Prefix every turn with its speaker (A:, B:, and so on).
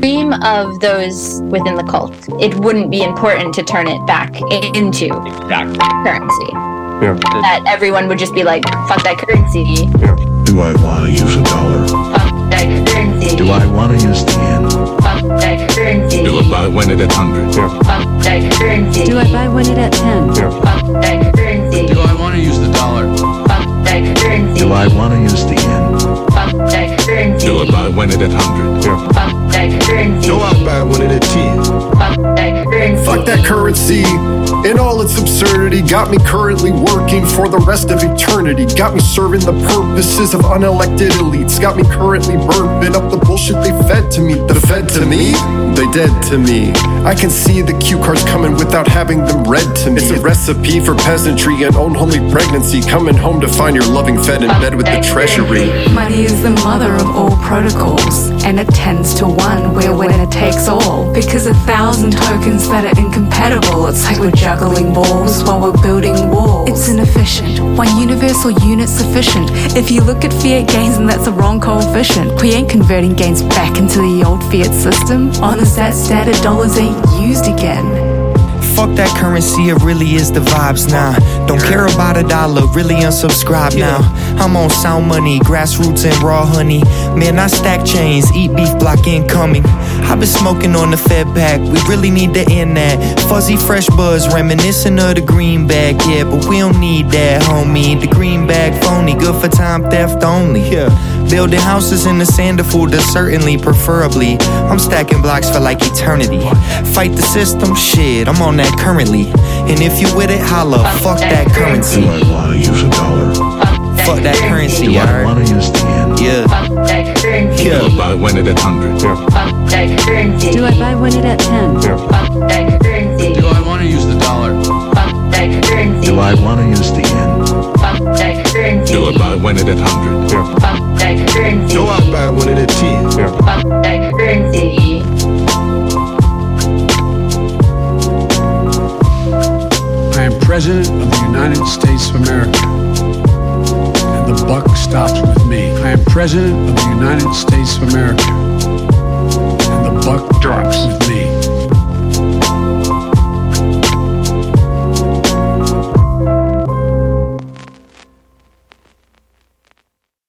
A: dream of those within the cult. It wouldn't be important to turn it back i- into
B: Exactly.
A: currency.
C: Yeah.
A: That everyone would just be like, fuck that currency.
D: Do I want to use a dollar?
A: Fuck that currency.
D: Do I want to use ten?
A: Fuck that currency.
E: Do I buy one at a hundred?
A: Fuck that currency.
F: Do I buy one at 10?
A: Fuck that currency.
E: Do I want to use the dollar?
A: Fuck that currency.
D: Do I want to use the end?
A: Fuck that currency.
E: Do I buy one at a hundred?
A: Fuck that currency.
G: No, I buy one at a ten.
A: Fuck that currency.
G: Fuck that currency and all its absurdity. Got me currently working for the rest of eternity. Got me serving the purposes of unelected elites. Got me currently burping up the bullshit they fed to me. The fed to me? They dead to me. I can see the cue cards coming without having them read to me. It's a recipe for peasantry and unholy pregnancy. Coming home to find your loving fed in bed with the treasury.
H: Money is the mother of all protocols, and it tends to one where winner takes all. Because a thousand tokens that are incompatible, it's like we're juggling balls while we're building walls. It's inefficient, one universal unit sufficient. If you look at fiat gains, and that's a wrong coefficient. We ain't converting gains back into the old fiat system. Honest, that standard dollars ain't used again.
I: Fuck that currency, it really is the vibes now. Don't care about a dollar, really unsubscribe now. I'm on sound money, grassroots and raw honey. Man, I stack chains, eat beef block incoming. I've been smoking on the Fed pack, we really need to end that. Fuzzy fresh buzz, reminiscent of the green bag, yeah, but we don't need that, homie. The green bag phony, good for time theft only. Yeah. Building houses in the sand of food is certainly preferably. I'm stacking blocks for like eternity. Fight the system, shit, I'm on that currently. And if you with it, holla, fuck that
D: Do
I: currency.
D: I want to use a dollar?
I: Fuck that currency,
D: Do I
I: alright?
D: want to use the end?
I: Yeah.
A: Fuck that currency.
E: Do I buy one at a hundred?
A: Fuck that currency.
F: Do I buy one at 10?
A: Fuck that currency.
E: Do I want to use the dollar?
A: Fuck that currency.
D: Do I want to use the end?
A: Fuck that currency.
E: Do I buy one at a hundred?
A: Fuck that currency.
G: No, I buy one at a ten.
A: Fuck that currency.
J: I am President of the United States of America. And the buck stops with me. I am President of the United States of America.